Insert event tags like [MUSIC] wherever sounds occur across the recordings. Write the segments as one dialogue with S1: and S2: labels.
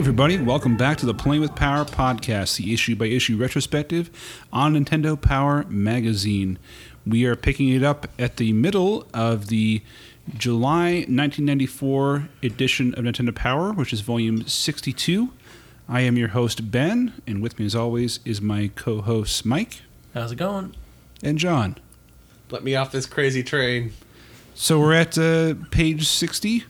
S1: everybody. Welcome back to the Playing with Power podcast, the issue by issue retrospective on Nintendo Power Magazine. We are picking it up at the middle of the July 1994 edition of Nintendo Power, which is volume 62. I am your host, Ben, and with me, as always, is my co hosts, Mike
S2: How's it going?
S1: and John.
S3: Let me off this crazy train.
S1: So we're at uh, page 60,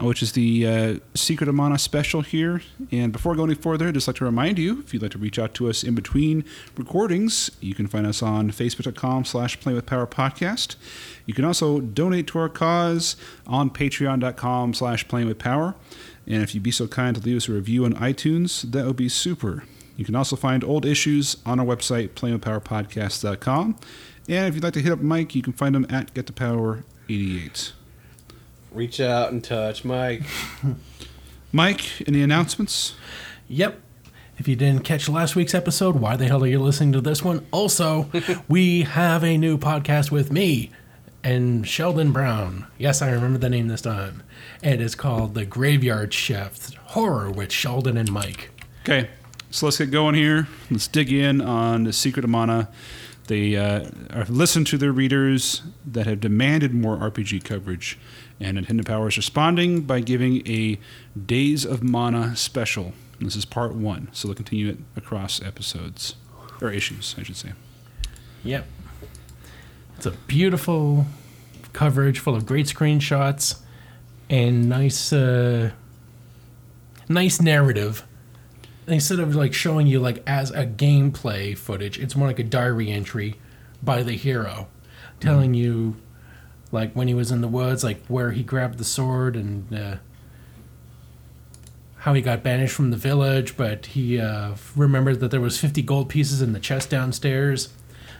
S1: uh, which is the uh, Secret of Mana special here. And before going any further, I'd just like to remind you, if you'd like to reach out to us in between recordings, you can find us on facebook.com slash Playing with Power podcast. You can also donate to our cause on patreon.com slash Playing with Power. And if you'd be so kind to leave us a review on iTunes, that would be super. You can also find old issues on our website, playingwithpowerpodcast.com. And if you'd like to hit up Mike, you can find him at Get the Power 88.
S3: Reach out and touch [LAUGHS] Mike.
S1: Mike, any announcements?
S2: Yep. If you didn't catch last week's episode, why the hell are you listening to this one? Also, we have a new podcast with me and Sheldon Brown. Yes, I remember the name this time. It is called The Graveyard Shift Horror with Sheldon and Mike.
S1: Okay, so let's get going here. Let's dig in on the Secret of Mana. They uh, are- listen to their readers that have demanded more RPG coverage, and Nintendo Power is responding by giving a Days of Mana special. And This is part one, so they'll continue it across episodes or issues, I should say.
S2: Yep. It's a beautiful coverage full of great screenshots and nice uh, nice narrative. Instead of like showing you like as a gameplay footage, it's more like a diary entry by the hero telling you like when he was in the woods, like where he grabbed the sword and uh, how he got banished from the village, but he uh, remembered that there was 50 gold pieces in the chest downstairs.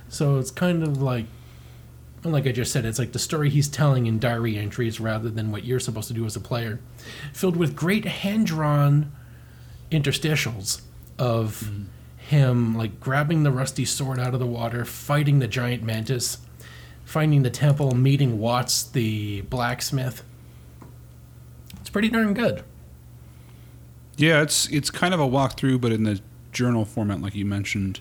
S2: So it's kind of like, well, like I just said, it's like the story he's telling in diary entries rather than what you're supposed to do as a player, filled with great hand-drawn interstitials of him like grabbing the rusty sword out of the water, fighting the giant mantis, finding the temple, meeting Watts the blacksmith. It's pretty darn good.
S1: Yeah, it's it's kind of a walkthrough, but in the journal format, like you mentioned.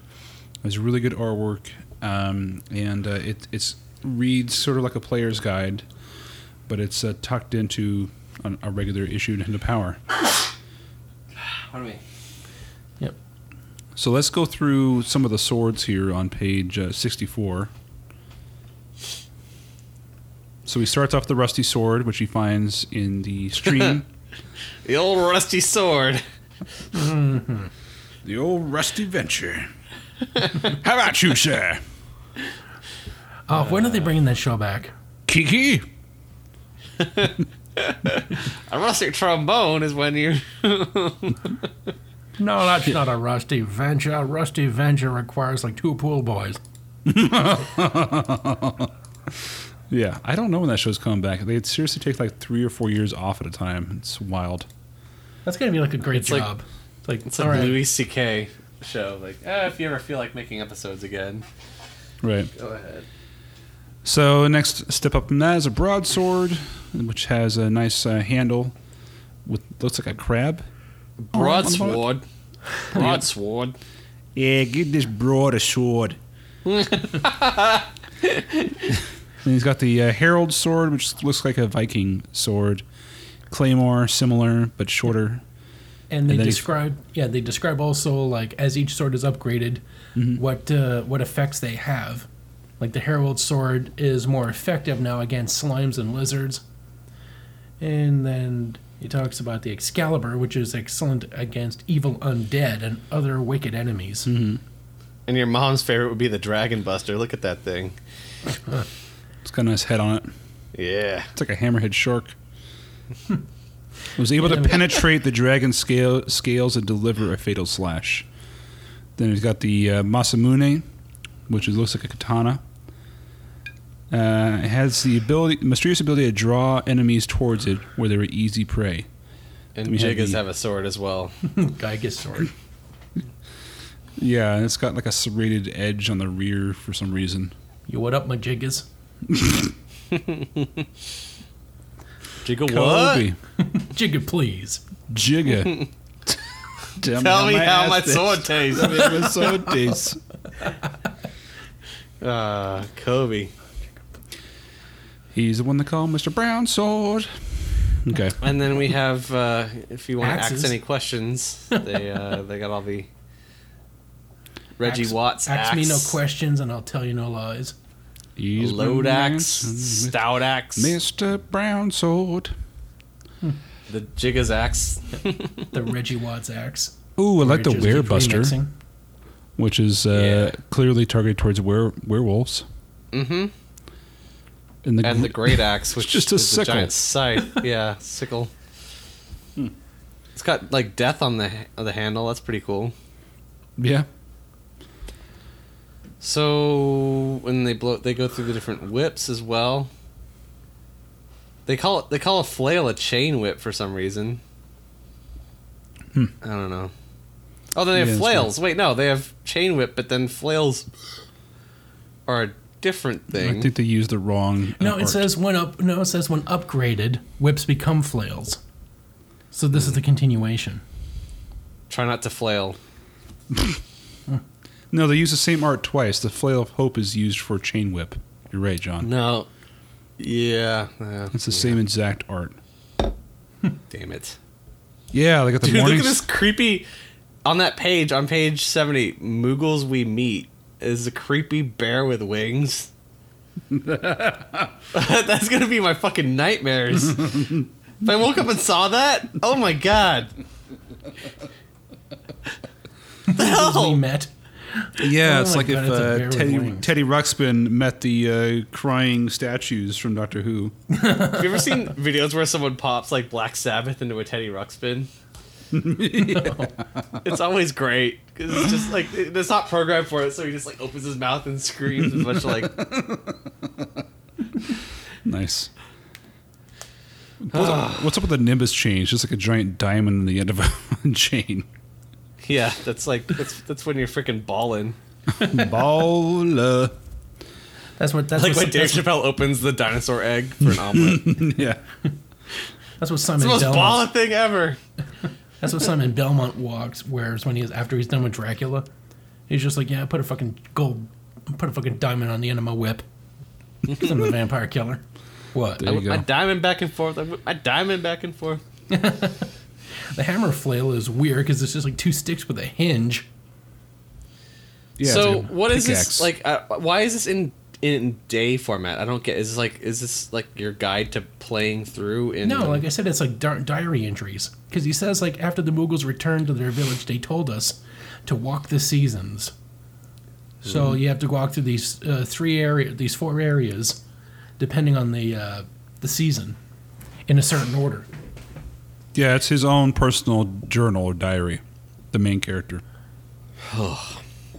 S1: It's really good artwork, um, and uh, it it's reads sort of like a player's guide, but it's uh, tucked into an, a regular issue Nintendo Power.
S3: [SIGHS] Pardon me.
S1: So let's go through some of the swords here on page uh, 64. So he starts off the rusty sword, which he finds in the
S3: [LAUGHS]
S1: stream.
S3: The old rusty sword.
S1: the old rusty venture. [LAUGHS] How about you, sir?
S2: Oh, when are they bringing that show back?
S1: Kiki?
S3: A rustic trombone is when you.
S2: No, that's not a rusty venture. A rusty venture requires like two pool boys.
S1: Yeah, I don't know when that show's coming back. They seriously take like three or four years off at a time. It's wild.
S2: That's gonna be like a great
S3: It's like-
S2: job. it's like,
S3: It's
S2: all
S3: like
S2: right.
S3: Louis C.K. show. Like, ah, if you ever feel like making episodes again,
S1: Right.
S3: go ahead.
S1: So next step up from that is a broadsword, which has a nice uh, handle with looks like a crab.
S3: Oh, [LAUGHS] Broadsword. Broadsword.
S1: Yeah, get this broad a [LAUGHS] sword. and he's got the uh, herald sword, which looks like a Viking sword. Claymore, similar but shorter.
S2: and they
S1: and then he's-
S2: describe yeah they describe also like as each sword is upgraded
S1: Mm-hmm.
S2: what uh, what effects they have like the herald sword is more effective now against slimes and lizards and then he talks about the excalibur which is excellent against evil undead and other wicked enemies
S1: Mm-hmm.
S3: And your mom's favorite would be the Dragon Buster. Look at that thing.
S1: It's got a nice head on it.
S3: Yeah.
S1: It's like a hammerhead shark. It was able to
S2: Yeah.
S1: penetrate the dragon scale, scales and deliver a fatal slash. Then he's got the uh, Masamune, which is, looks like a katana. Uh, it has the ability, mysterious ability to draw enemies towards it where they were easy prey.
S3: And
S1: We had
S3: Jiggas
S1: the-
S3: have a sword as well.
S2: [LAUGHS] Gygas sword
S1: Yeah, and it's got like a serrated edge on the rear for some reason.
S2: you what up my jiggas
S3: Jigga
S1: Kobe.
S2: jigga please
S1: Jigga.
S3: [LAUGHS] Tell me how
S1: ass
S3: my
S1: tastes.
S3: sword tastes.
S1: Tell me how my sword tastes.
S3: [LAUGHS] Ah, Kobe.
S1: He's the one they call Mr. Brown Sword. Okay.
S3: And then we have, uh, if you want
S2: Axes.
S3: to ask any questions,
S2: [LAUGHS]
S3: they uh, they got all the Reggie
S2: Ax-
S3: Watts
S2: Ask
S3: axe,
S2: me no questions and I'll tell you no lies.
S1: He's
S3: load
S1: my
S3: axe,
S1: man,
S3: stout axe,
S1: Mr. Brown Sword.
S3: the Jigga's
S1: [LAUGHS]
S3: axe.
S2: The Reggie Watts axe.
S1: Ooh, I like the
S2: Where it just keeps
S1: Werebuster,
S2: remixing.
S1: which is uh, clearly targeted towards were- werewolves.
S3: mm-hmm.
S1: And the,
S3: And the great axe, which
S1: just a
S3: is
S1: sickle. Hmm.
S3: a
S1: [LAUGHS]
S3: giant scythe. Yeah, sickle. It's got like death on the h- on the handle. That's pretty cool.
S1: yeah,
S3: So when they blow, they go through the different whips as well. They call it they call a flail a chain whip for some reason.
S1: Hmm.
S3: I don't know. Oh, then they have
S1: Yeah, that's
S3: flails. Wait, no, they have chain whip, but then flails are a different thing.
S1: I think they used the wrong. uh,
S2: No, it
S1: art.
S2: says when up. No, it says when upgraded, whips become flails. So this is the continuation.
S3: Try not to flail.
S1: no. They use the same art twice. The flail of hope is used for chain whip. You're right, John.
S3: No. Yeah. uh,
S1: It's the
S3: Mm-hmm. yeah.
S1: same exact art.
S3: Damn it.
S1: Yeah, they got the
S3: Dude,
S1: morning.
S3: look at this creepy. On that page, on page 70, Moogles We Meet is a creepy bear with wings. [LAUGHS] That's going to be my fucking nightmares. if I woke up and saw that, oh my god. the
S2: We
S3: hell?
S2: met.
S1: Yeah,
S2: Oh
S1: it's
S2: my
S1: like
S2: God,
S1: if
S2: it's a
S1: uh,
S2: bear with
S1: Teddy,
S2: wings.
S1: Teddy Ruxpin met the uh, crying statues from Doctor Who.
S3: Have you ever seen videos where someone pops like Black Sabbath into a Teddy
S1: [LAUGHS]
S3: Ruxpin? It's always great because it's just like it- it's not programmed for it, so he just like opens his mouth and screams as
S1: [LAUGHS]
S3: much like
S1: Nice. What's up, what's up with the Nimbus chain? It's just like a giant diamond in the end of a [LAUGHS] chain.
S3: Yeah, that's like that's that's when you're freaking balling.
S1: Baller.
S2: That's what. That's
S3: Like
S2: what.
S3: when Dave
S2: That's,
S3: Chappelle opens the dinosaur egg for an omelet. it's
S1: yeah.
S2: that's what
S3: the
S2: Simon.
S3: most
S2: Belmont,
S3: baller thing ever.
S2: That's what Simon Belmont walks wears when he's after he's done with Dracula. He's just like, yeah, I put a fucking gold, put a fucking diamond on the end of my whip. 'Cause I'm the vampire killer. What?
S1: There you
S3: I
S1: go.
S3: diamond back and forth. I whip my diamond back and forth.
S2: The hammer flail is weird because it's just like two sticks with a hinge.
S1: Yeah.
S3: so
S1: it's like a
S3: what is
S1: pickaxe.
S3: this like? Uh, why is this in in day format? I don't get. Is this like is this like your guide to playing through? In
S2: No, like I said, it's like di- diary entries. Because he says, like, after the Mughals returned to their village, they told us to walk the seasons. So you have to walk through these uh, three area, these four areas, depending on the uh, the season, in a certain order.
S1: Yeah, it's his own personal journal or diary. The main character.
S3: all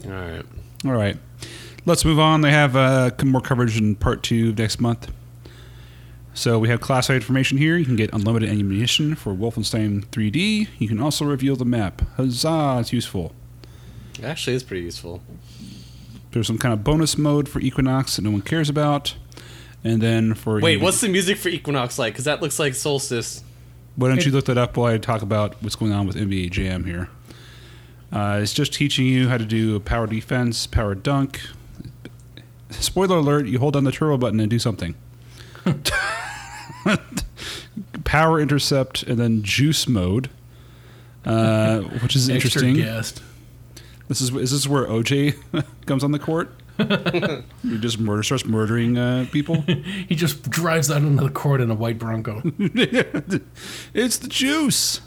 S3: right.
S1: All right. Let's move on. They have uh, c- more coverage in part two of next month. So we have classified information here. You can get unlimited ammunition for Wolfenstein 3D. You can also reveal the map. Huzzah! It's useful.
S3: It actually is pretty useful.
S1: There's some kind of bonus mode for Equinox that no one cares about. And then for
S3: Wait, what's the music for Equinox like? Because that looks like Solstice.
S1: Why don't you look that up while I talk about what's going on with NBA Jam here? Uh, it's just teaching you how to do a power defense, power dunk. Spoiler alert: you hold down the turbo button and do something. [LAUGHS] power intercept and then juice mode, uh, which is interesting.
S2: Extra guest.
S1: This is is this where OJ [LAUGHS] comes on the court? he just murder starts murdering uh, people. [LAUGHS]
S2: He just drives out onto the court in a white Bronco. [LAUGHS]
S1: it's the juice.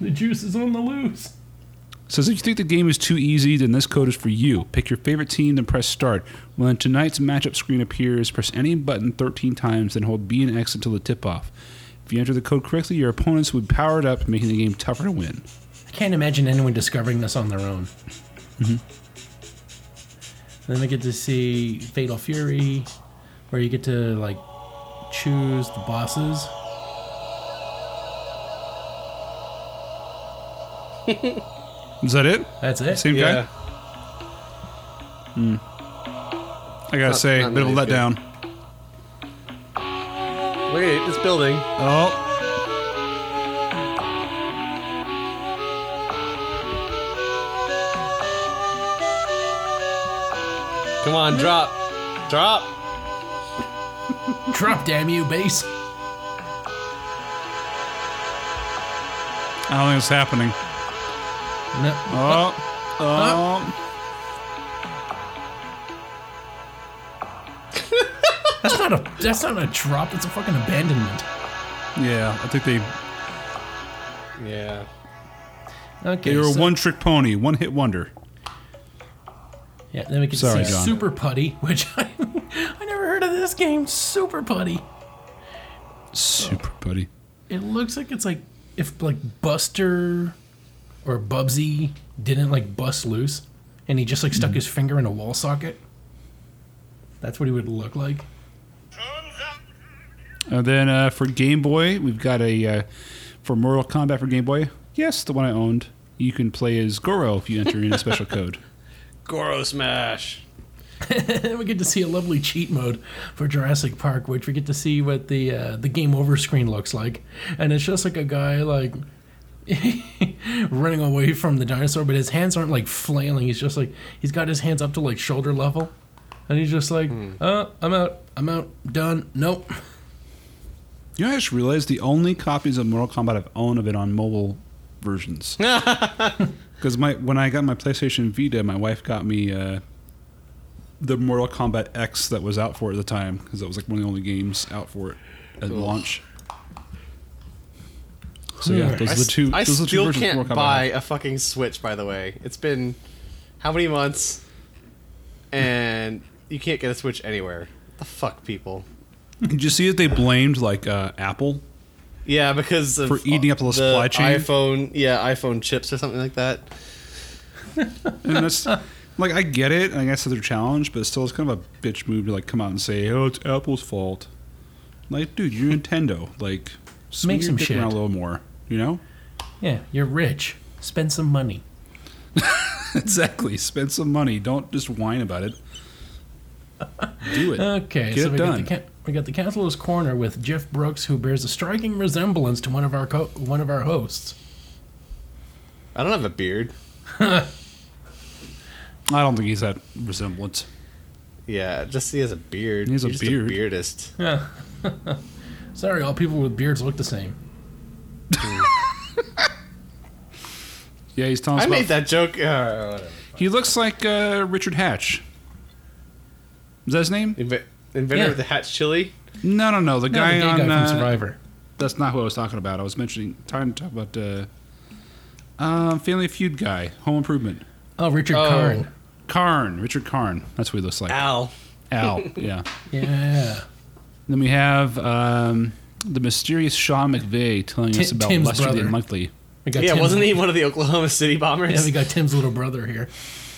S2: the juice is on the loose.
S1: Says if you think the game is too easy, then this code is for you. Pick your favorite team, then press start. When tonight's matchup screen appears, press any button 13 times, then hold B and X until the tip off. If you enter the code correctly, your opponents would power it up, making the game tougher to win.
S2: I can't imagine anyone discovering this on their own.
S1: Mm-hmm.
S2: Then we get to see Fatal Fury, where you get to like choose the bosses.
S1: Is that it?
S2: That's it.
S1: Same guy? I gotta
S3: Not-
S1: say,
S3: not
S1: bit of a
S3: really good.
S1: letdown.
S3: Wait, this building.
S1: Oh.
S3: Come on, drop. Drop.
S2: Drop, damn you, bass.
S1: I don't think it's happening.
S2: No,
S1: [LAUGHS] Oh, oh,
S2: that's not a that's not a drop. It's a fucking abandonment.
S1: yeah. I think they
S3: Yeah.
S2: Okay,
S1: they were
S2: so-
S1: one trick pony, one hit wonder.
S2: Yeah, then we can
S1: Sorry,
S2: see
S1: John.
S2: Super Putty, [LAUGHS] which I I never heard of this game. Super Putty.
S1: Super buddy.
S2: It looks like it's like if like Buster or Bubsy didn't like bust loose and he just like stuck his finger in a wall socket. That's what he would look like. [LAUGHS]
S1: And then uh, for Game Boy, we've got a uh, for Mortal Kombat for Game Boy. Yes, the one I owned. You can play as Goro if you enter in a [LAUGHS] special code.
S3: Goro smash.
S2: And we get to see a lovely cheat mode for Jurassic Park, which we get to see what the uh, the game over screen looks like, and it's just like a guy like [LAUGHS] running away from the dinosaur, but his hands aren't like flailing. He's just like he's got his hands up to like shoulder level, and he's just like, uh, I'm out, I'm out, done, nope.
S1: You know, I just realized the only copies of Mortal Kombat I've owned have been on mobile versions. Because my when I got my PlayStation Vita, my wife got me uh, the Mortal Kombat X that was out for it at the time because that was like one of the only games out for it at launch. So yeah, those
S3: I
S1: are the
S3: s-
S1: two.
S3: I
S1: those are the two
S3: still
S1: versions of
S3: can't
S1: Mortal Kombat
S3: buy
S1: I have.
S3: a fucking Switch, by the way. It's been how many months? And you can't get a Switch anywhere. What the fuck, people?
S1: Did you see that they blamed like uh, Apple?
S3: Yeah, because of
S1: For E eating up the supply chain?
S3: iPhone, yeah, iPhone chips or something like that.
S1: And that's like I get it. I guess it's their challenge, but still, it's kind of a bitch move to like come out and say, "Oh, it's Apple's fault." Like, dude, you're Nintendo. Like, swing
S2: Make
S1: your
S2: some
S1: dick
S2: shit.
S1: around a little more. You
S2: [LAUGHS]
S1: know,
S2: Yeah, you're rich. Spend some money.
S1: exactly. Spend some money. Don't just whine about it. Do it.
S2: Okay,
S1: Get
S2: so
S1: it
S2: we
S1: done.
S2: got the ca- we got the Counselor's Corner with Jeff Brooks, who bears a striking resemblance to one of our co- one of our
S1: [LAUGHS]
S2: hosts.
S3: I don't have a beard.
S1: I don't think he's that resemblance.
S3: Yeah, just he has a beard.
S1: He has a
S3: You're just
S1: beard.
S3: beardist.
S2: Sorry, all people with beards look the same.
S1: Yeah, he's telling us
S3: I
S1: about.
S3: made that joke. Uh, whatever.
S1: He looks like uh, Richard Hatch. Is that his name?
S3: Inve- inventor
S2: Yeah.
S3: of the hatch chili.
S1: No, no, no. The
S2: No, the
S1: guy
S2: gay
S1: on
S2: guy
S1: uh,
S2: from Survivor.
S1: That's not who I was talking about. I was mentioning trying to talk about uh, uh, Family Feud guy, Home Improvement,
S2: Oh, Richard
S3: Oh.
S2: Karn.
S1: Karn, Richard Karn. That's what he looks like.
S3: Al.
S1: [LAUGHS] Al, yeah.
S2: Yeah.
S1: Then we have um, the mysterious Sean McVeigh telling
S2: Ti-
S1: us about
S2: Tim's
S1: Lester
S2: brother.
S1: than Likely.
S2: We got
S3: yeah,
S2: Tim's-
S3: wasn't he one of the Oklahoma City
S2: [LAUGHS]
S3: bombers?
S2: Yeah, we got Tim's little brother here.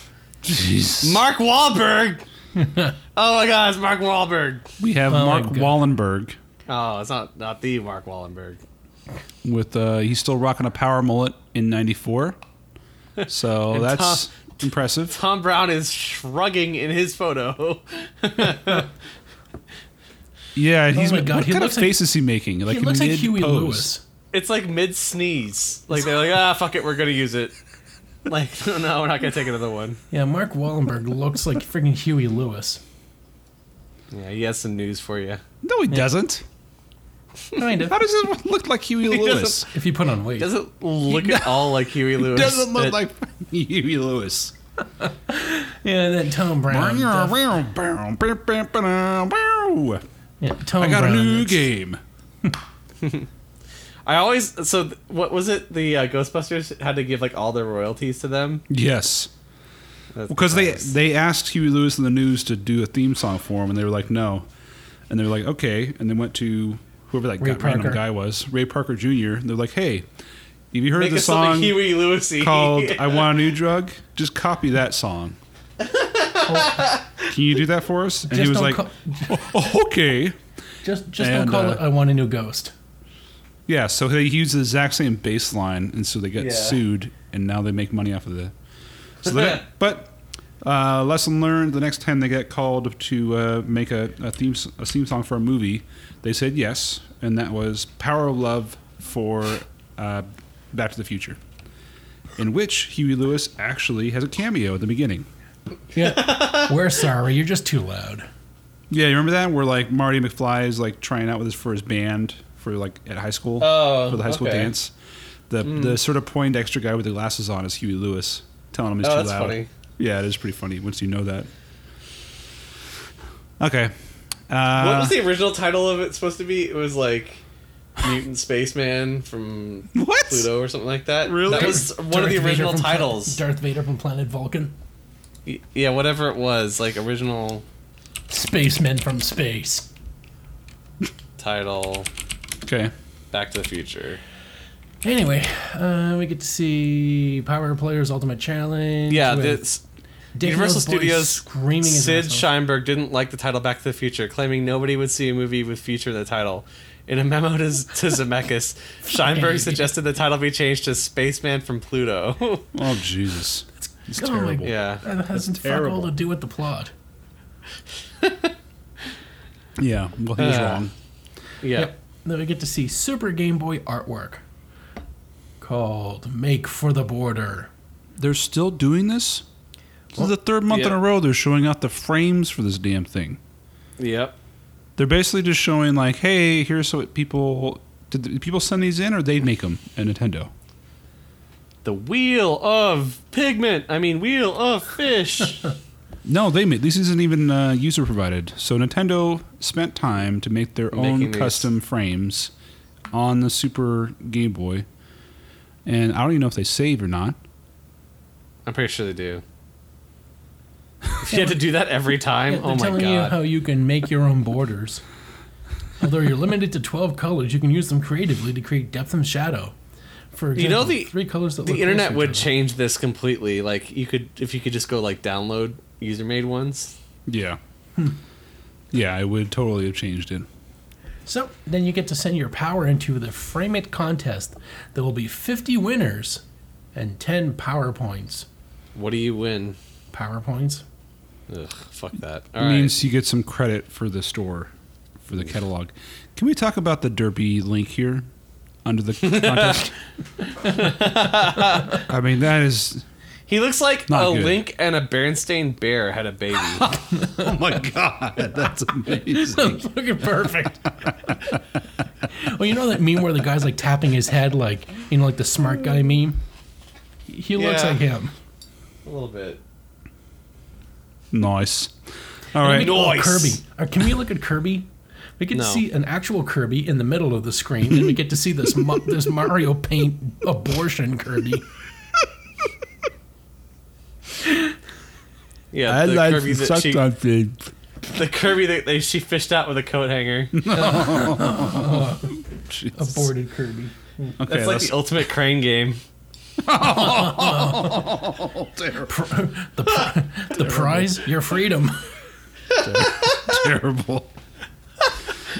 S1: [LAUGHS] Jeez.
S3: Mark Wahlberg.
S1: [LAUGHS]
S3: oh my God, it's Mark Wahlberg.
S1: we have
S2: Oh, my
S1: Mark
S2: God.
S1: Wallenberg
S3: Oh, it's not not the Mark Wallenberg.
S1: with uh, he's still rocking a power mullet in '94. So
S3: [LAUGHS] And
S1: that's impressive.
S3: Tom Brown is shrugging in his photo. [LAUGHS]
S1: Yeah, and
S2: Oh
S1: he's
S2: my
S1: what
S2: God, he
S1: kind of
S2: looks like-
S1: face is he making? Like
S2: He looks like
S1: mid
S2: Huey
S1: pose.
S2: Lewis.
S3: It's like mid sneeze. Like they're like, ah, fuck it, we're gonna use it. Like, [LAUGHS] no, we're not gonna take another one.
S2: Yeah,
S1: [LAUGHS]
S2: Mark Wallenberg looks like freaking Huey Lewis.
S3: Yeah, he has some news for you.
S1: No, he doesn't.
S2: Kind of.
S1: How does it [LAUGHS] look like Huey
S3: doesn't-
S1: Lewis?
S2: If you put on weight.
S3: Doesn't look
S1: [LAUGHS]
S3: at all like Huey Lewis.
S1: doesn't look
S3: It-
S1: like [LAUGHS] Huey Lewis.
S2: Yeah, and then Tom Brown. def-
S1: I
S2: Yeah, Tom
S1: got a
S2: Brown,
S1: new
S2: that's-
S1: game.
S3: I always so th- what was it? The uh, Ghostbusters had to give like all their royalties to them
S1: Yes,
S3: That's
S1: because they
S3: gross.
S1: they asked Huey Lewis in the news to do a theme song for him, and they were like, no, and they were like, okay, and they went to whoever that
S2: Ray
S1: guy, random
S2: Parker.
S1: guy was, Ray Parker Jr. And they're like, hey, have you heard
S3: make
S1: the
S3: us something
S1: song
S3: Huey Lewisy
S1: [LAUGHS] called "I Want a New Drug"? Just copy that song. Can you do that for us? And
S2: Just
S1: he was
S2: don't
S1: like,
S2: call-
S1: "Oh, [LAUGHS] okay.
S2: Just, just
S1: And,
S2: don't call
S1: uh,
S2: it I Want a New Ghost.
S1: Yeah, so they use the exact same bass line, and so they get
S3: Yeah.
S1: sued, and now they make money off of the. So they, but uh, lesson learned: the next time they get called to uh, make a, a theme s- a theme song for a movie, they said yes, and that was "Power of Love" for uh, Back to the Future, in which Huey Lewis actually has a cameo at the beginning. [LAUGHS]
S2: Yeah. We're sorry. You're just too loud.
S1: Yeah, you remember that where like Marty McFly is like trying out with his for his band for like at high school
S3: Oh,
S1: for the high school
S3: okay. Hmm.
S1: dance. The the sort of Poindexter guy with the glasses on is Huey Lewis telling him he's
S3: Oh,
S1: too
S3: that's
S1: loud.
S3: funny.
S1: Yeah, it is pretty funny once you know that. Okay.
S3: [LAUGHS] what
S1: Uh,
S3: was the original title of it supposed to be? It was like Mutant Spaceman from [LAUGHS]
S1: What?
S3: Pluto or something like that.
S1: Really?
S3: That was one of the
S2: Vader
S3: original
S2: from Pla-
S3: titles.
S2: Darth Vader from Planet Vulcan.
S3: Y- Yeah, whatever it was, like original
S2: Spacemen from space.
S3: title.
S1: Okay.
S3: Back to the Future.
S2: Anyway, uh, we get to see Power Players Ultimate Challenge.
S3: Yeah,
S2: with
S3: this
S2: Dick
S3: Universal
S2: Mills' voice
S3: Studios
S2: screaming his ass
S3: Sid
S2: off.
S3: Sheinberg didn't like the title Back to the Future, claiming nobody would see a movie with Future in the title. In a memo to, to
S2: [LAUGHS]
S3: Zemeckis, Sheinberg suggested the title be changed to Spaceman from Pluto. [LAUGHS]
S1: Oh Jesus. It's
S2: Oh my
S1: terrible.
S3: yeah.
S2: That has fuck
S1: terrible.
S2: all to do with the plot.
S1: Yeah. Well, he was
S3: Uh,
S1: wrong.
S3: Yeah.
S2: Then we get to see Super Game Boy artwork called "Make for the Border."
S1: They're still doing this. This is the third month in
S3: yeah.
S1: a row they're showing out the frames for this damn thing.
S3: Yep.
S1: They're basically just showing like, hey, here's what people did. The, people send these in, or they make them at Nintendo.
S3: The wheel of pigment. I mean, wheel of
S2: [LAUGHS]
S3: fish.
S1: No, they made this. Isn't even uh, user provided. So Nintendo spent time to make their
S3: Making
S1: own
S3: these.
S1: custom frames on the Super Game Boy, and I don't even know if they save or not.
S3: I'm pretty sure they do. If you had to do that every time,
S2: Yeah,
S3: oh
S2: They're
S3: my
S2: telling you
S3: god.
S2: how you can make your own borders. Although you're limited to 12 colors, you can use them creatively to create depth and shadow. For example,
S3: You know the-
S2: three colors that
S3: the
S2: look
S3: internet
S2: close to
S3: would
S2: each other.
S3: change this completely. Like you could, if you could just go like download user made ones.
S1: Yeah, Hmm. yeah, I would totally have changed it.
S2: So then you get to send your power into the Frame It contest. There will be 50 winners and 10 PowerPoints.
S3: What do you win?
S2: [LAUGHS] PowerPoints?
S3: Ugh, fuck that.
S1: It
S3: All right.
S1: means you get some credit for the store, for the catalog. Can we talk about the derpy link here under
S3: [LAUGHS]
S1: the contest? I mean, that
S3: [LAUGHS]
S1: is.
S3: he looks like
S1: Not
S3: a
S1: good.
S3: link and a Berenstain bear had
S1: [LAUGHS]
S3: a baby.
S1: Oh my God, that's amazing.
S2: Fucking perfect. [LAUGHS] well, you know that meme where the guy's like tapping his head, like, you know, like the smart guy meme? He looks
S3: Yeah.
S2: like him.
S3: a little bit.
S1: nice. All right.
S2: Maybe- oh,
S3: Nice.
S2: Kirby. Uh, can we look at Kirby? We get
S3: No.
S2: to see an actual Kirby in the middle of the screen, and we get to see this Ma- [LAUGHS] this Mario Paint abortion Kirby.
S3: Yeah, the Kirby that she,
S1: something.
S3: the Kirby that they, she fished out with a
S1: [LAUGHS]
S3: coat hanger.
S2: Aborted Kirby.
S1: Okay,
S3: That's like the ultimate crane game.
S2: The, pri- the prize, your freedom.
S3: [LAUGHS]
S1: terrible.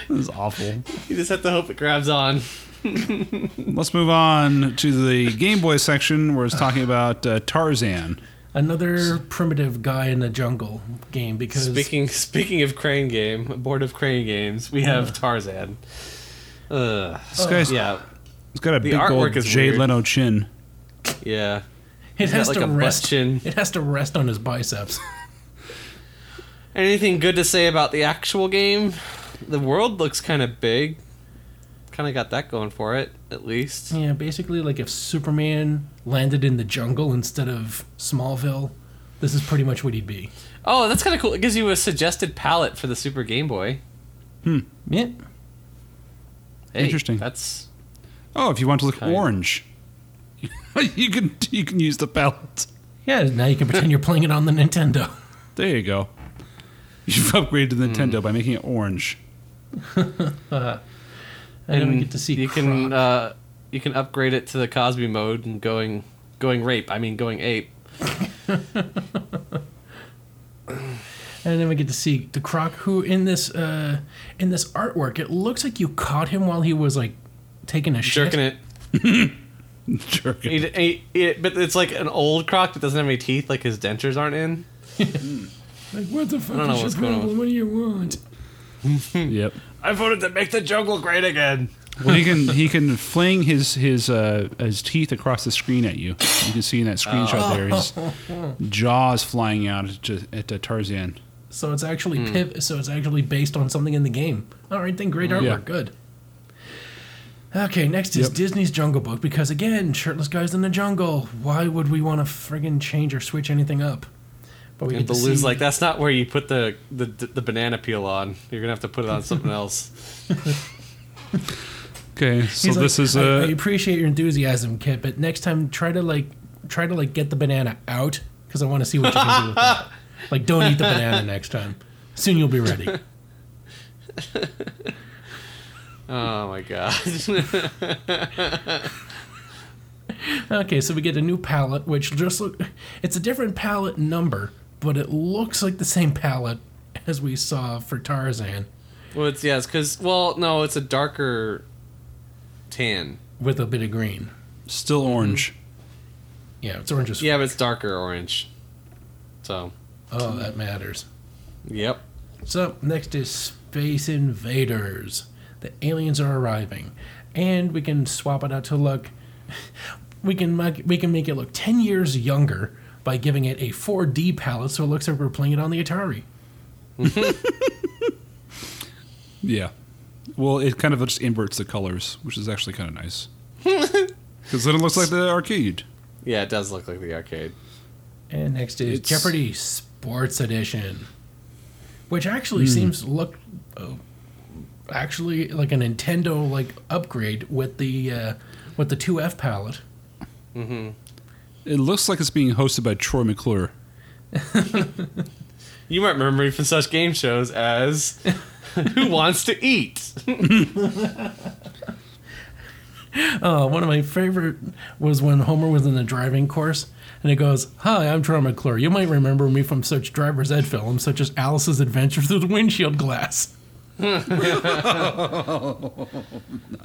S1: this is awful.
S3: You just have to hope it grabs on.
S1: Let's move on to the Game Boy section where it's talking about uh, Tarzan.
S2: [LAUGHS] Another primitive guy in the jungle game because
S3: Speaking speaking of crane game, board of crane games, we have Tarzan. Ugh.
S1: This guy's
S3: Oh, Yeah,
S1: He's got a big
S3: artwork
S1: old
S3: is
S1: Jay
S3: weird.
S1: Leno chin.
S3: yeah.
S2: it
S3: got
S2: has
S3: like
S2: to
S3: a butt
S2: rest.
S3: chin.
S2: It has to rest on his biceps.
S3: Anything good to say about the actual game? The world looks kind of big. Kind of got that going for it, at least.
S2: Yeah, basically, like if Superman landed in the jungle instead of Smallville, this is pretty much what he'd be.
S3: Oh, that's kind of cool. It gives you a suggested palette for the Super Game Boy.
S2: Yeah.
S3: Hey,
S1: Interesting.
S3: That's
S1: Oh, if you want to look
S3: Kind.
S1: orange, [LAUGHS] you can you can use the palette.
S2: Yeah, now you can
S3: [LAUGHS]
S2: pretend you're playing it on the Nintendo.
S1: There you go. [LAUGHS] You've upgraded the Nintendo by making it orange. [LAUGHS]
S2: And, then we
S3: Hmm.
S2: get to see
S3: you can uh, you can upgrade it to the Cosby mode and going going rape. I mean going ape.
S2: and then we get to see the Croc, who in this uh, in this artwork, it looks like you caught him while he was like taking a shit.
S3: Jerking [LAUGHS] it.
S1: Jerk it.
S3: He- he- he- but it's like an old croc that doesn't have any teeth, like his dentures aren't in.
S2: Like what the fuck
S3: don't know
S2: is your
S3: what's going on.
S1: Mm.
S2: problem? What do you want?
S1: Yep.
S3: I voted to make the jungle great again.
S1: Well, he can he can fling his his uh, his teeth across the screen at you. You can see in that screenshot there, his [LAUGHS] jaw is flying out at, J- at uh, Tarzan.
S2: So it's actually
S3: Hmm.
S2: piv- so it's actually based on something in the game. All right, then
S3: Hmm.
S2: great artwork,
S1: Yeah.
S2: good. Okay, next is
S1: Yep.
S2: Disney's Jungle Book because again, shirtless guys in the jungle. Why would we want to friggin' change or switch anything up? But we
S3: And
S2: get to
S3: Baloo's
S2: see-
S3: like, that's not where you put the, the the banana peel on. You're gonna have to put it on something else.
S2: [LAUGHS]
S1: Okay, so
S2: He's like,
S1: this is
S2: "I- I
S1: uh,
S2: appreciate your enthusiasm, Kit, but next time try to like try to like get the banana out because I want to see what you can do with
S1: [LAUGHS]
S2: that. Like, don't eat the banana next time. Soon you'll be ready.
S3: Oh my god. [LAUGHS]
S2: Okay, so we get a new palette, which just look it's a different palette number, but it looks like the same palette as we saw for Tarzan
S3: well, it's yes, because well, no, it's a darker tan.
S2: with a bit of green.
S1: [LAUGHS] still orange.
S2: Yeah, it's orange as
S3: Yeah, but it's darker orange. So,
S2: Oh, that matters.
S3: yep.
S2: So next is Space Invaders. The aliens are arriving, and we can swap it out to look. We can make, we can make it look ten years younger by giving it a 4D palette, so it looks like we're playing it on the Atari.
S1: Yeah. Well, it kind of just inverts the colors, which is actually kind of [LAUGHS] nice. Because then it looks like the arcade.
S3: Yeah, it does look like the arcade.
S2: And next is
S1: It's-
S2: Jeopardy Sports Edition, which actually seems to look oh, actually like a Nintendo like upgrade with the uh, with the 2F palette.
S1: It looks like it's being hosted by Troy McClure.
S3: You might remember me from such game shows as [LAUGHS] Who Wants to Eat?
S2: Oh, one of my favorite was when Homer was in the driving course and he goes, Hi, I'm Troy McClure. You might remember me from such driver's ed films such as Alice's Adventure Through the Windshield Glass.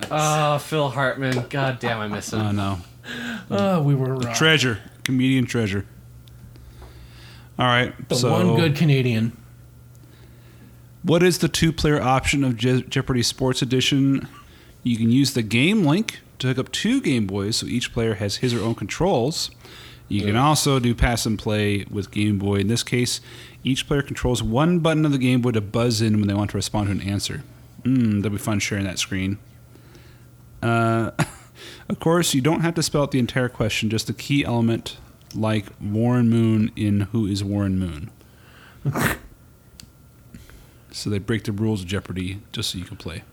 S3: Oh, Phil Hartman. God damn, I miss him.
S1: Oh, no.
S2: Oh, we were wrong.
S1: Treasure. Comedian treasure. All right.
S2: the
S1: so
S2: one good Canadian.
S1: What is the two player option of Je- Jeopardy Sports Edition? You can use the game link to hook up two Game Boys so each player has his or own controls. You can also do pass and play with Game Boy. In this case, each player controls one button of the Game Boy to buzz in when they want to respond to an answer. Mm, that'll be fun sharing that screen. Uh, [LAUGHS] of course, you don't have to spell out the entire question, just the key element like Warren Moon in Who is Warren Moon? So they break the rules of Jeopardy just so you can play.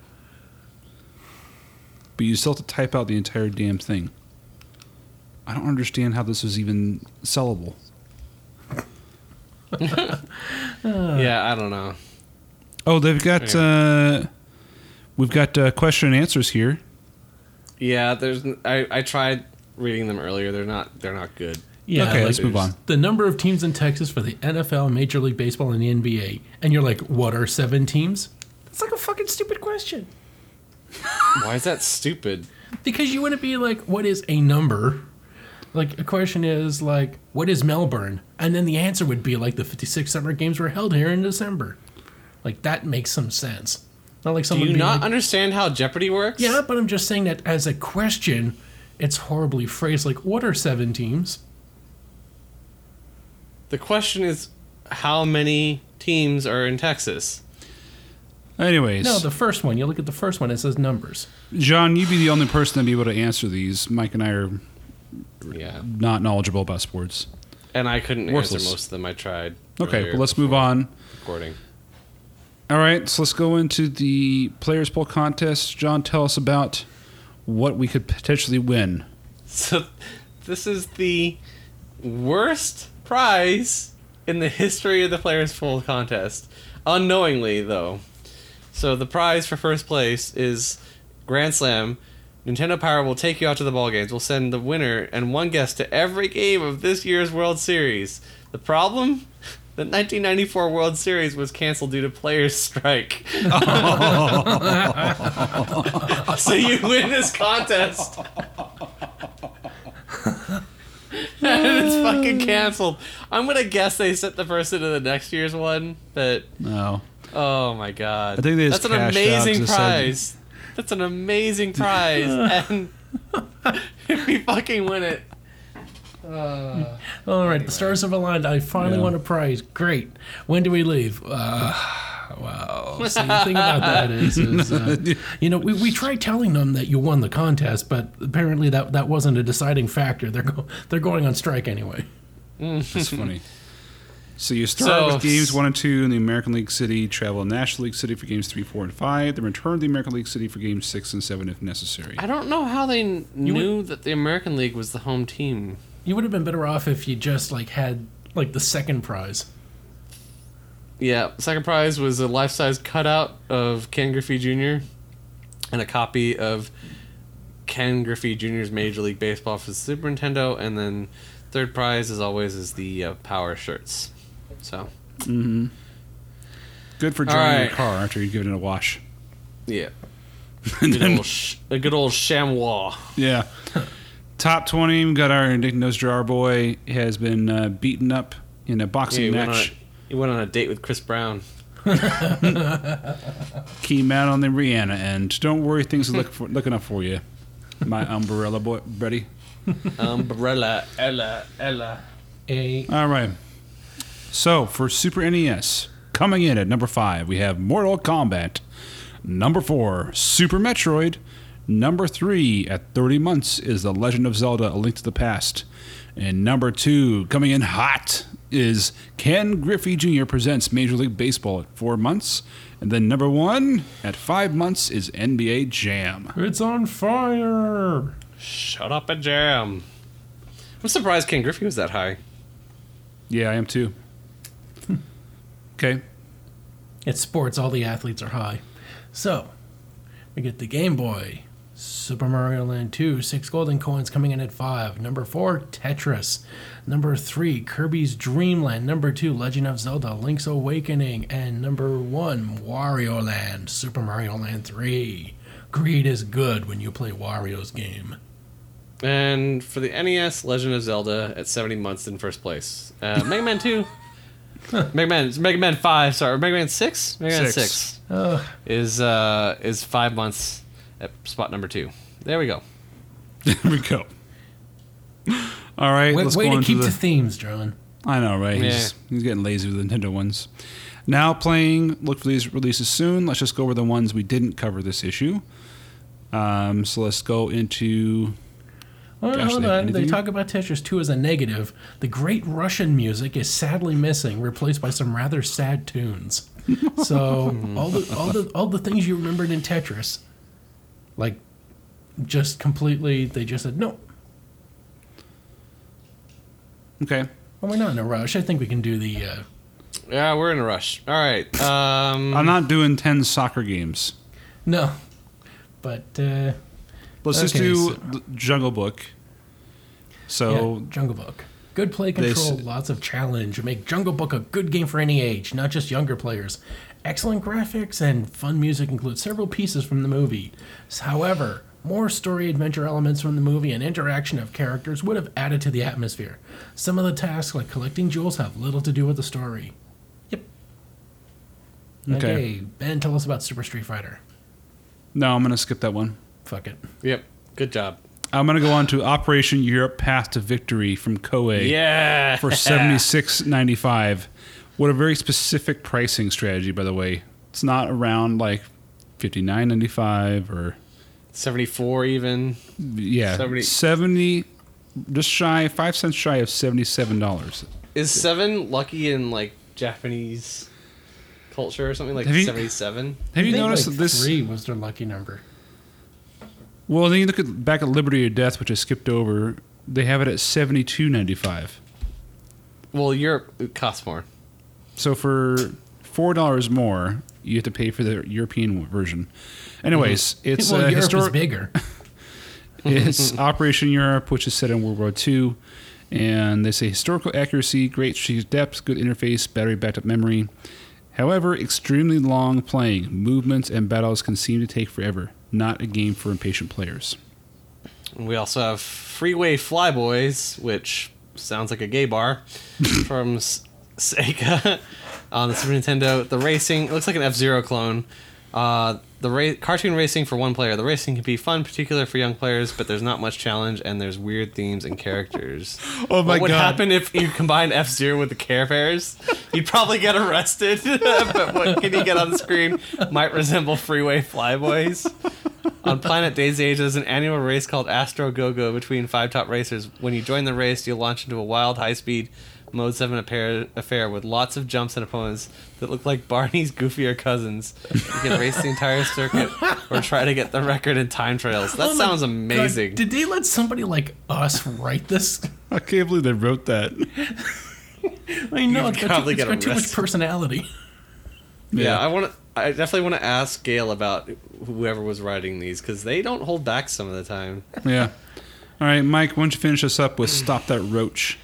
S1: But you still have to type out the entire damn thing. I don't understand how this is even sellable.
S3: Yeah, I don't know.
S1: Oh, they've got uh, we've got uh, question and answers here.
S3: Yeah, there's. n- I, I tried reading them earlier. They're not. They're not good.
S2: Yeah,
S1: okay,
S2: like
S1: let's move on.
S2: the number of teams in Texas for the NFL, Major League Baseball, and the NBA. And you're like, what are seven teams? It's like a fucking stupid question.
S3: Why is that stupid?
S2: Because you wouldn't be like, what is a number? Like, a question is, like, what is Melbourne? And then the answer would be, like, the 56 summer games were held here in December. Like, that makes some sense. Not like
S3: Do
S2: someone
S3: you
S2: being
S3: not
S2: like,
S3: understand how Jeopardy works?
S2: yeah, but I'm just saying that as a question, it's horribly phrased. Like, what are seven teams?
S3: The question is, how many teams are in Texas?
S1: Anyways,
S2: No, the first one. You look at the first one, it says numbers.
S1: John, you'd be the only person to be able to answer these. Mike and I are
S3: Yeah.
S1: not knowledgeable about sports.
S3: And I couldn't
S1: Worthless.
S3: answer most of them. I tried.
S1: Okay,
S3: earlier
S1: well, let's move
S3: before
S1: on.
S3: Recording.
S1: All right, so let's go into the players poll contest. John, tell us about what we could potentially win.
S3: So, this is the worst prize in the history of the Players Pool contest. Unknowingly, though. So, the prize for first place is Grand Slam. Nintendo Power will take you out to the ball games. We'll send the winner and one guest to every game of this year's World Series. The problem? [LAUGHS] The 1994 World Series was canceled due to players' strike. [LAUGHS] so you win this contest. and it's fucking canceled. I'm gonna guess they sent the person to the next year's one. But
S1: No.
S3: oh my god,
S1: I think they just
S3: that's an
S1: cashed out
S3: amazing
S1: 'cause it said-
S3: prize. That's an
S1: [LAUGHS]
S3: amazing prize, and [LAUGHS] if we fucking win it, uh,
S2: All right, the stars have aligned. I finally
S1: Yeah.
S2: won a prize. Great. When do we leave? Uh, wow. See, the thing about that is, is uh, you know, we, we tried telling them that you won the contest, but apparently that, that wasn't a deciding factor. They're go, they're going on strike anyway.
S1: That's funny. So you start
S3: So-
S1: with games one and two in the American League City, travel to National League City for games three, four, and five, then return to the American League City for games six and seven if necessary.
S3: I don't know how they kn- knew that the American League was the home team.
S2: You would have been better off if you just like had like the second prize.
S3: Yeah, second prize was a life-size cutout of Ken Griffey Jr. and a copy of Ken Griffey Jr.'s Major League Baseball for the Super Nintendo, and then third prize, as always, is the uh, power shirts. So
S1: Good for driving
S3: All right.
S1: your car after you give it a wash.
S3: yeah,
S1: [LAUGHS] And
S3: good
S1: then-
S3: old sh- a good old chamois.
S1: yeah. Top 20, we got our Nick Jar boy has been uh, beaten up in a
S3: Yeah, he,
S1: boxing
S3: went on a,
S1: match.
S3: he went on a date with Chris Brown.
S1: Came out on the Rihanna end. Don't worry, things are
S3: [LAUGHS]
S1: look for, looking up for you. My umbrella boy, buddy.
S3: Umbrella, Ella, Ella.
S2: A
S1: All right. So for Super NES, coming in at number five, we have Mortal Kombat. Number four, Super Metroid. Number three, at 30 months, is The Legend of Zelda: A Link to the Past. And number two, coming in hot, is Ken Griffey Jr. presents Major League Baseball at four months. And then number one, at five months, is NBA Jam.
S2: it's on fire.
S3: Shut up and jam. I'm surprised Ken Griffey was that high.
S1: Yeah, I am too. Okay.
S2: It's sports. All the athletes are high. So, we get the Game Boy, Super Mario Land 2, six golden coins coming in at five. Number four, Tetris. Number three, Kirby's Dream Land. Number two, Legend of Zelda, Link's Awakening. And number one, Wario Land, Super Mario Land 3. Greed is good when you play Wario's game.
S3: And for the NES, Legend of Zelda at 70 months in first place.
S1: [LAUGHS]
S3: Uh, Mega Man 2. Mega Man, it's Mega Man 5, sorry, Mega Man 6? Mega Man
S1: Six.
S3: 6
S2: Ugh.
S3: is, uh, is five months at spot number two. There we go.
S1: There we go. All right,
S2: Way,
S1: let's
S2: way
S1: go
S2: to
S1: on
S2: keep
S1: the.
S2: to themes, John.
S1: I know, right? He's, he's getting lazy with the Nintendo ones. Now playing. Look for these releases soon. Let's just go over the ones we didn't cover this issue. Um, so let's go into.
S2: Well,
S1: Gosh,
S2: hold
S1: Nick,
S2: on. They
S1: anything-
S2: talk about Tetris 2 as a negative. The great Russian music is sadly missing, replaced by some rather sad tunes. So all the all the all the things you remembered in Tetris, like, just completely. They just said no.
S1: Okay.
S2: Well, we're not in a rush. I think we can do the. Uh,
S3: Yeah, we're in a rush. All right. Um,
S1: I'm not doing 10 soccer games.
S2: no, but uh,
S1: Let's just
S2: Okay,
S1: do
S2: so-
S1: the Jungle Book. So,
S2: yeah, Jungle Book. Good play
S1: They s-
S2: control, lots of challenge. Make Jungle Book a good game for any age, not just younger players. Excellent graphics and fun music include several pieces from the movie. S- However, more story adventure elements from the movie and interaction of characters would have added to the atmosphere. Some of the tasks, like collecting jewels, have little to do with the story. Yep.
S1: Okay.
S2: Okay, Ben, tell us about Super Street Fighter.
S1: no, I'm going to skip that one.
S2: Fuck it.
S3: yep. Good job.
S1: I'm going to go on to Operation Europe Path to Victory from Koei.
S3: Yeah.
S1: for seventy six ninety five. What a very specific pricing strategy, by the way. It's not around like fifty nine ninety five or
S3: 74 even.
S1: yeah
S3: 70.
S1: seventy just shy five cents shy of seventy seven dollars.
S3: Is seven lucky in like Japanese culture or something like
S1: Have you-
S3: seventy seven?
S1: Have you
S2: I think,
S1: noticed
S2: like,
S1: that this?
S2: three was their lucky number?
S1: Well, then you look at, back at Liberty or Death, which I skipped over. They have it at seventy two ninety five.
S3: Well, Europe it costs more.
S1: So for four dollars more, you have to pay for the European version. Anyways, it's
S2: well,
S1: uh,
S2: Europe is
S1: historic-
S2: bigger.
S1: It's Operation Europe, which is set in World War II. And they say historical accuracy, great strategic depth, good interface, battery backed up memory. However, extremely long playing. Movements and battles can seem to take forever. Not a game for impatient players.
S3: And We also have Freeway Flyboys, which sounds like a
S1: [LAUGHS]
S3: gay bar from uh, S- Sega on the Super Nintendo. The racing it looks like an F Zero clone. Uh, the ra- cartoon racing for one player. The racing can be fun, particular for young players, but there's not much challenge and there's weird themes and characters.
S1: [LAUGHS] Oh my
S3: what would
S1: God.
S3: happen if you combined F Zero with the Care Bears? You'd probably get arrested. [LAUGHS] but what can you get on the screen might resemble Freeway Flyboys. on Planet Daisy Age, there's an annual race called Astro Go Go between five top racers. When you join the race, you'll launch into a wild, high speed Mode 7 affair, affair with lots of jumps and opponents that look like Barney's goofier cousins. You can race the entire circuit or try to get the record in time trials. That
S2: Oh my
S3: sounds amazing.
S2: God, did they let somebody like us write this?
S1: I can't believe they wrote that.
S2: [LAUGHS] I know it's
S3: You'd
S2: got, too,
S3: probably
S2: it's
S3: get
S2: got too much
S3: arrested.
S2: personality.
S3: yeah, I want to. I definitely want to ask Gail about whoever was writing these because they don't hold back some of the time.
S1: [LAUGHS] yeah. All right, Mike, why don't you finish us up with Stop That Roach?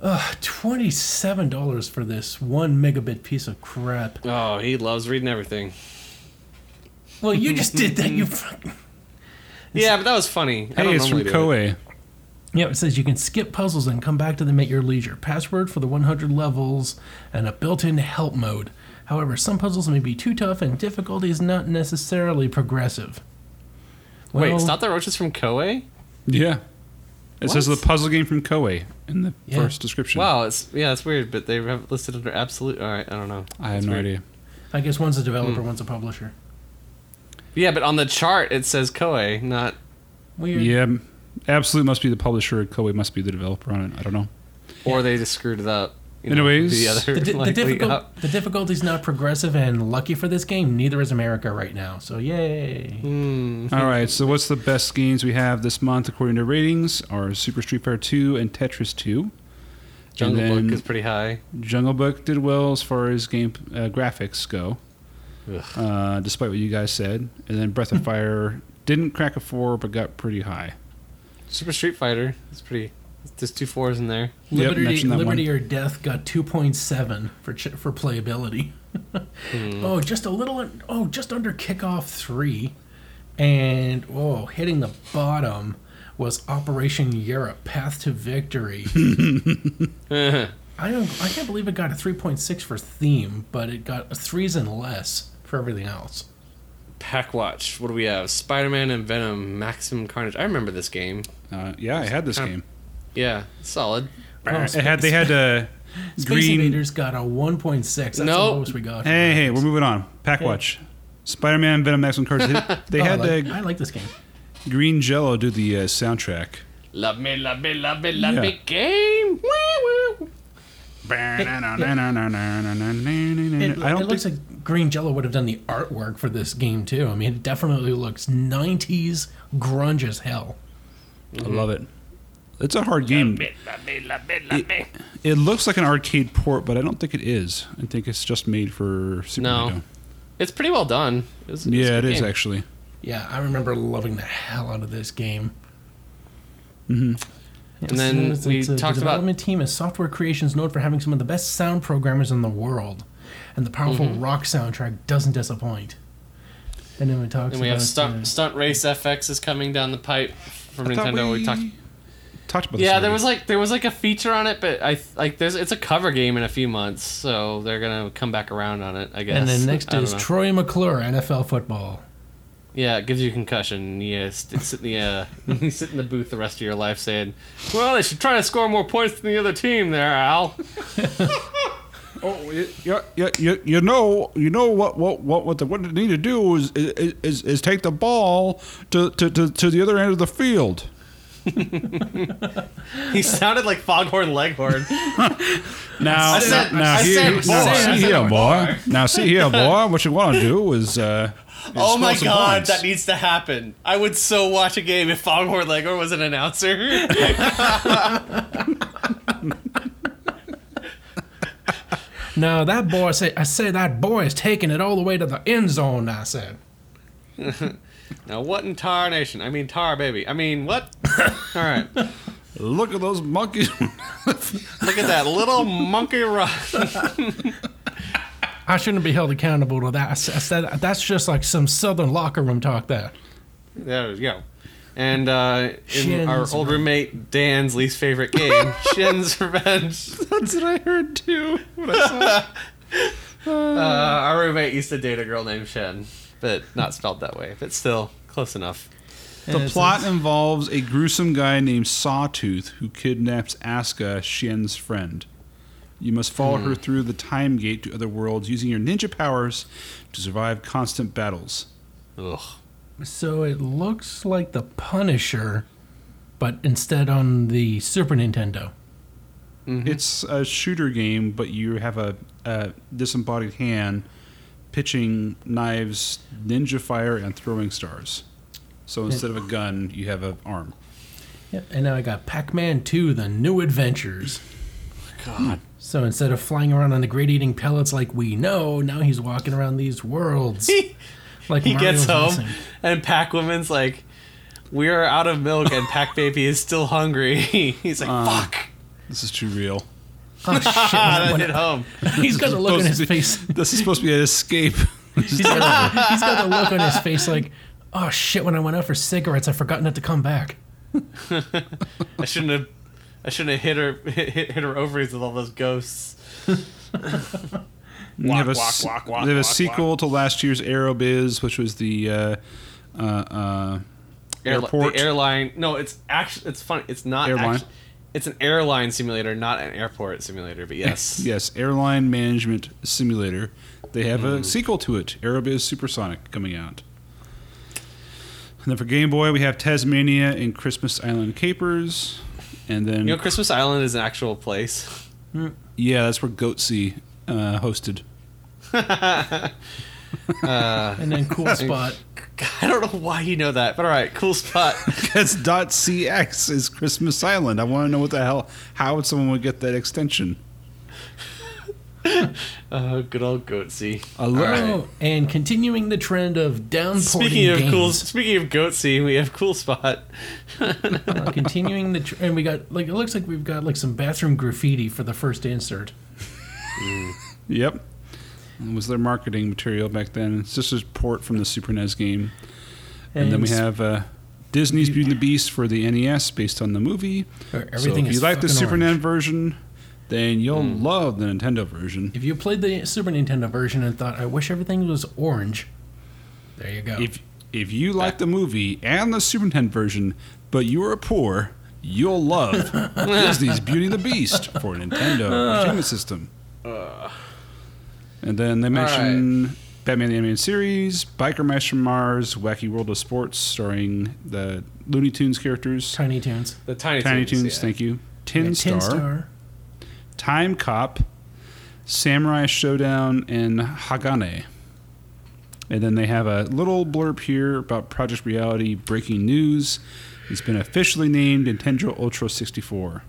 S2: [SIGHS] Twenty-seven dollars for this one megabit piece of crap.
S3: Oh, he loves reading everything.
S2: Well, you just did that. [LAUGHS] You. fucking-
S3: Yeah, but that was funny. I
S1: Hey,
S3: don't
S1: it's
S3: normally
S1: from
S3: do it.
S1: Koei.
S2: Yeah, it says you can skip puzzles and come back to them at your leisure. Password for the 100 levels and a built-in help mode. However, some puzzles may be too tough and difficulty is not necessarily progressive.
S3: Wait,
S2: Well,
S3: stop the roaches from Koei.
S1: Yeah. It says the
S3: What?
S1: puzzle game from Koei in the
S2: Yeah.
S1: first description.
S3: Wow, it's yeah, it's weird, but they have it listed under absolute. All right, I don't know.
S1: I have
S3: That's
S1: no
S3: weird.
S1: idea.
S2: I guess one's a developer, one's a publisher.
S3: Yeah, but on the chart it says Koei, not
S2: Weird.
S1: Yeah. Absolute must be the publisher. Koei must be the developer on it. I don't know.
S3: or they just screwed it up. You
S1: Anyways.
S3: the other
S2: The, di- the,
S3: likely
S2: difficult,
S3: up.
S2: the difficulty's not progressive, and lucky for this game, neither is America right now. So yay!
S1: Mm.
S2: Mm-hmm.
S1: All right, so what's the best games we have this month according to ratings? Are Super Street Fighter 2 and Tetris 2.
S3: Jungle
S1: and then
S3: Book is pretty high.
S1: Jungle Book did well as far as game uh, graphics go,
S3: Ugh.
S1: uh, despite what you guys said. And then Breath
S2: [LAUGHS]
S1: of Fire didn't crack a four, but got pretty high.
S3: Super Street Fighter is pretty. There's two fours in there.
S1: Yep,
S2: Liberty,
S1: mention that
S2: Liberty or Death got 2.7 for ch- for playability.
S1: Mm.
S2: Oh, just a little. un- Oh, just under kickoff three, and oh, hitting the bottom was Operation Europe: Path to
S1: [LAUGHS]
S2: Victory. I don't. I can't believe it got a 3.6 for theme, but it got threes and less for everything else.
S3: Pack Watch. What do we have? Spider Man and Venom. Maximum Carnage. I remember this game.
S1: Uh, yeah, I had this
S3: Huh.
S1: game.
S3: Yeah, solid.
S2: Oh,
S1: It had uh, they had a
S2: Space
S1: green.
S2: Invaders got a 1.6. That's the
S3: Nope.
S2: lowest we got.
S1: Hey, hey, we're moving on. Pack
S2: Yeah.
S1: Watch, Spider Man, Venom, Maximum
S2: [LAUGHS]
S1: Cards. They
S2: Oh,
S1: had
S2: I like,
S1: uh,
S2: I like this game.
S1: Green Jello do the uh, soundtrack.
S3: Love me, love me, love me, love
S1: Yeah.
S3: me game. Woo, woo.
S2: It,
S1: I
S2: it
S1: don't
S2: looks
S1: think.
S2: like Green Jello would have done the artwork for this game too. I mean, it definitely looks 90s grunge as hell.
S1: I love it. It's a hard game.
S3: Me, love me, love me, love me.
S1: It looks like an arcade port, but I don't think it is. I think it's just made for Super
S3: No.
S1: Nintendo.
S3: It's pretty well done. It was- it was a
S1: Yeah, it
S3: good
S1: is
S3: game.
S1: actually.
S2: Yeah, I remember loving the hell out of this game. Mm-hmm.
S3: And then we talked
S2: the
S3: about-
S2: development team is software creations known for having some of the best sound programmers in the world, and the powerful
S3: Mm-hmm.
S2: rock soundtrack doesn't disappoint. And then we talked
S3: And we have
S2: about
S3: stunt,
S2: uh,
S3: stunt Race FX is coming down the pipe from
S1: I thought
S3: Nintendo. We, talked.
S1: talked about this.
S3: Yeah, there
S1: already.
S3: was like there was like a feature on it, but I th- like there's it's a cover game in a few months, so they're gonna come back around on it, I guess.
S2: and then next
S3: I don't
S2: is
S3: know.
S2: Troy McClure, NFL football.
S3: yeah, it gives you concussion. Yeah, [LAUGHS] st- sit in the uh, you sit in the booth the rest of your life saying, "Well, they should try to score more points than the other team." There, Al. [LAUGHS]
S1: Oh, y- yeah, yeah, you, you know, you know what, what, what, what, the, what they need to do is, is, is, is take the ball to, to, to, to the other end of the field.
S3: He sounded like Foghorn
S1: [LAUGHS]
S3: Leghorn.
S1: Now,
S3: I said-
S1: now,
S3: I
S1: here-
S3: said
S1: now,
S3: boy. I
S1: see
S3: said
S1: here, boy. Now, see here, boy. What you want to do is, uh, is
S3: oh my
S1: score some
S3: god,
S1: points.
S3: that needs to happen. I would so watch a game if Foghorn Leghorn was
S1: [LAUGHS]
S3: an announcer.
S2: Now that boy say I say that boy is taking it all the way to the end zone. I said.
S3: now what in tar nation? I mean tar baby. I mean what? All right.
S1: Look at those monkeys. [LAUGHS]
S3: Look at that little monkey rush.
S2: I shouldn't be held accountable to that. I s- I said that's just like some southern locker room talk. There,
S3: There we go. And uh, in our
S2: Shin's
S3: old roommate Dan's
S2: [LAUGHS]
S3: least favorite game, Shin's Revenge.
S1: That's what I heard too. When I saw it.
S3: Uh, our roommate used to date a girl named Shen, but not spelled that way, but still close enough.
S1: The plot involves a gruesome guy named Sawtooth who kidnaps Asuka, Shen's friend. You must follow her
S2: Hmm.
S1: through the time gate to other worlds using your ninja powers to survive constant battles.
S3: Ugh.
S2: So it looks like the Punisher, but instead on the Super Nintendo. Mm-hmm.
S1: It's a shooter game, but you have a, a disembodied hand pitching knives, ninja fire, and throwing stars. So instead of a gun, you have an arm.
S2: Yep. And now I got Pac-Man 2: The New Adventures.
S3: God.
S2: So instead of flying around on the great eating pellets like we know, now he's walking around these worlds.
S3: He,
S2: Like
S3: he gets
S2: Mario's
S3: home,
S2: missing.
S3: and Pac Woman's like, We are out of milk, and Pac Baby is still hungry. [LAUGHS] He's like,
S2: Uh.
S3: Fuck.
S1: This is too real.
S2: Oh
S3: [LAUGHS] Ah,
S2: shit!
S3: that
S2: What-
S3: hit home.
S2: [LAUGHS] he's got a look on
S1: Supposed
S2: his
S1: to be-
S2: face.
S1: [LAUGHS] This is supposed to be an escape.
S2: He's got, a, he's got the look on his face like, oh shit, when I went out for cigarettes, I forgot not to come back.
S3: I shouldn't have. I shouldn't have hit her hit, hit, hit her ovaries with all those ghosts.
S1: They have a, s- they have a sequel to last year's Aerobiz, which was the uh, uh, uh,
S3: Airli-
S1: airport.
S3: The airline. No, it's actually it's funny. It's not
S1: Airline.
S3: actu- it's an airline simulator, not an airport simulator. But [LAUGHS] yes,
S1: yes, Airline Management Simulator. They have a sequel to it, Aerobiz Supersonic, coming out. And then for Game Boy, we have Tasmania and Christmas Island Capers. And then,
S3: you know, Christmas Island is an actual place. [LAUGHS]
S1: yeah, that's where Goatsy uh, hosted. [LAUGHS]
S2: And then cool spot.
S3: I don't know why you know that, but all right, cool [LAUGHS] spot.
S1: That's .cx is Christmas Island. I want to know what the hell, how would someone would get that extension?
S3: Oh, good old Goatsy.
S1: A lo-
S2: Oh, and continuing the trend of downporting
S3: Speaking of
S2: games.
S3: cool, speaking of Goatsy, we have cool spot.
S2: Uh, continuing the tr- and we got like it looks like we've got like some bathroom graffiti for the first insert.
S1: Yep. It was their marketing material back then. It's just a port from the Super NES game. And, then we
S2: s-
S1: have uh, Disney's Beauty and the Beast for the NES based on the movie.
S2: or
S1: So
S2: everything
S1: if
S2: is
S1: you like the
S2: fucking
S1: Super
S2: orange.
S1: NES version, then you'll love the Nintendo version.
S2: If you played the Super Nintendo version and thought I wish everything was orange, there you go.
S1: If if you like the movie and the Super Nintendo version, but you are poor, you'll
S3: [LAUGHS]
S1: love Disney's Beauty and the Beast for Nintendo
S3: [SIGHS]
S1: Entertainment System. And then they mention Batman the Animated Series, Biker Mice from Mars, Wacky World of Sports, starring the Looney Tunes characters,
S2: Tiny Toons,
S3: The Tiny,
S1: Tiny
S3: Toons.
S1: Tunes,
S3: yeah.
S1: thank you, Tin,
S2: Yeah,
S1: Star, Time Cop, Samurai Showdown, and Hagane. And then they have a little blurb here about Project Reality breaking news. It's been officially named Nintendo Ultra 64.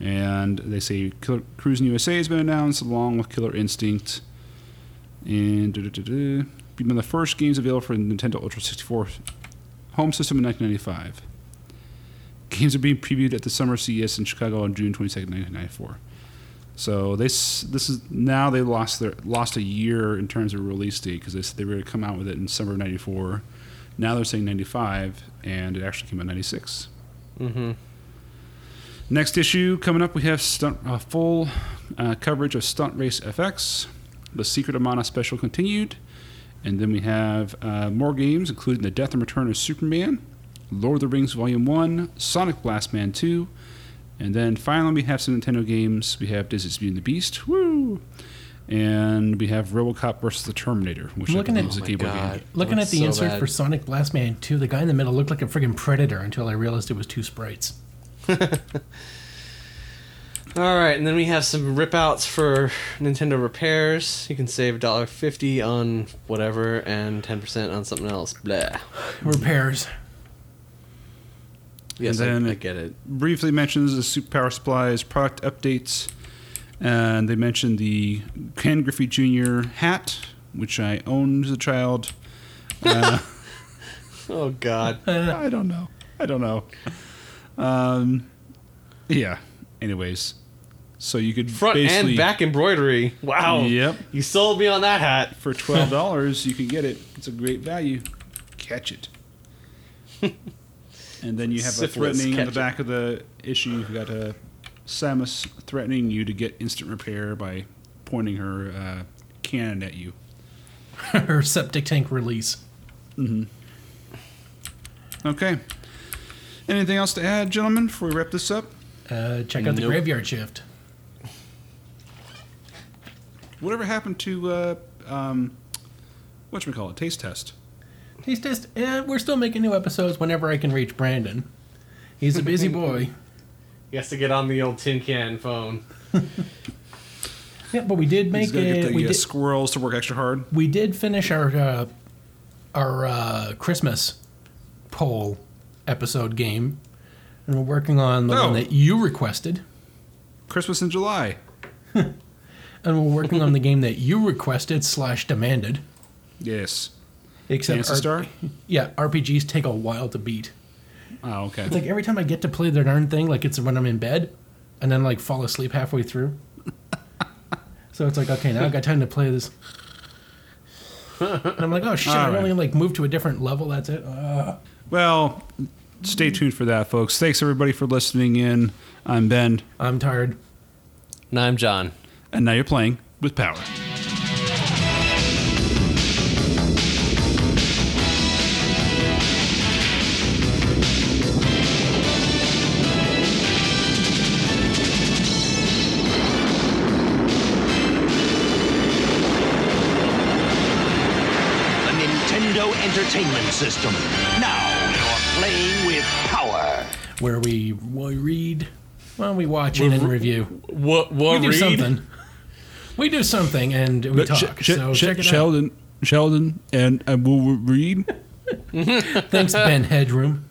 S1: And they say Killer Cruising USA has been announced along with Killer Instinct. And duh, duh, duh, duh. Be one of the first games available for Nintendo Ultra 64 home system in 1995. Games are being previewed at the summer CES in Chicago on June 22nd, 1994. So this this is now they lost their lost a year in terms of release date because they said they were going to come out with it in summer of '94. Now they're saying '95, and it actually came out '96. Mm-hmm. Next issue coming up, we have stunt, uh, full uh, coverage of Stunt Race FX. The Secret of Mana special continued, and then we have uh, more games, including the Death and Return of Superman, Lord of the Rings Volume One, Sonic Blast Man Two, and then finally, we have some Nintendo games. We have Disney's Beauty and the Beast. Woo! And we have RoboCop versus the Terminator, which
S2: I'm
S1: I
S2: looking
S1: believe
S2: at-
S1: is a
S2: Oh my
S1: Game Boy game.
S3: God,
S2: Looking
S3: that
S2: at the
S3: looks so
S2: insert
S3: bad.
S2: for Sonic Blast Man 2, the guy in the middle looked like a friggin' predator until I realized it was two sprites.
S3: All right, and then we have some rip outs for Nintendo repairs. You can save $1.50 on whatever and 10% on something else. Blah.
S2: Repairs. [LAUGHS]
S3: Yes, I-
S1: then-
S3: I get it.
S1: Briefly mentions the Super Power Supplies product updates, and they mentioned the Ken Griffey Jr. hat, which I owned as a child.
S3: Oh
S1: [LAUGHS]
S3: God.
S1: I don't know. I don't know. Um, yeah. Anyways, so you could
S3: Front
S1: basically
S3: and back embroidery. Wow.
S1: Yep.
S3: You sold me on that hat.
S1: for twelve dollars, you can get it. It's a great value. Catch it. and then you have a
S3: Syphilis,
S1: threatening on
S3: catch
S1: the
S3: it.
S1: back of the issue. You've got a Samus threatening you to get instant repair by pointing her uh, cannon at you.
S2: or septic tank release.
S1: Okay. Anything else to add, gentlemen, before we wrap this up?
S2: Uh, check out the
S3: Nope.
S2: graveyard shift.
S1: Whatever happened to uh, um, what call it? Taste test.
S2: Taste test. Eh, we're still making new episodes whenever I can reach Brandon. He's a busy boy.
S3: He has to get on the old tin can phone.
S2: Yeah, but we did make
S1: He's gonna get
S2: it.
S1: the
S2: We
S1: uh,
S2: did,
S1: squirrels to work extra hard.
S2: we did finish our uh, our uh, Christmas poll episode game, and we're working on the
S1: Oh.
S2: one that you requested,
S1: Christmas in July.
S2: and we're working on the game that you requested slash demanded.
S1: Yes.
S2: Except
S1: Fantasy
S2: R- [LAUGHS]
S1: Star.
S2: yeah, RPGs take a while to beat.
S1: Oh, okay.
S2: It's like every time I get to play the darn thing, like it's when I'm in bed, and then like fall asleep halfway through. [LAUGHS] so it's like, okay, now I got time to play this. And I'm like, oh shit! I
S1: All right.
S2: only like moved to a different level. That's it. Uh,
S1: Well, stay tuned for that, folks. Thanks everybody for listening in. I'm Ben,
S2: I'm tired.
S3: And I'm John.
S1: and now you're playing with power.
S4: the Nintendo Entertainment System. Now you're playing with power.
S2: Where we we read, well, we watch it and review.
S3: What?
S2: We
S3: What?
S2: do something. We do something and we
S1: Sh-
S2: talk.
S1: sh-
S2: so
S1: sh-
S2: check it out.
S1: Sheldon, Sheldon, and I will read.
S2: Thanks, Ben Headroom.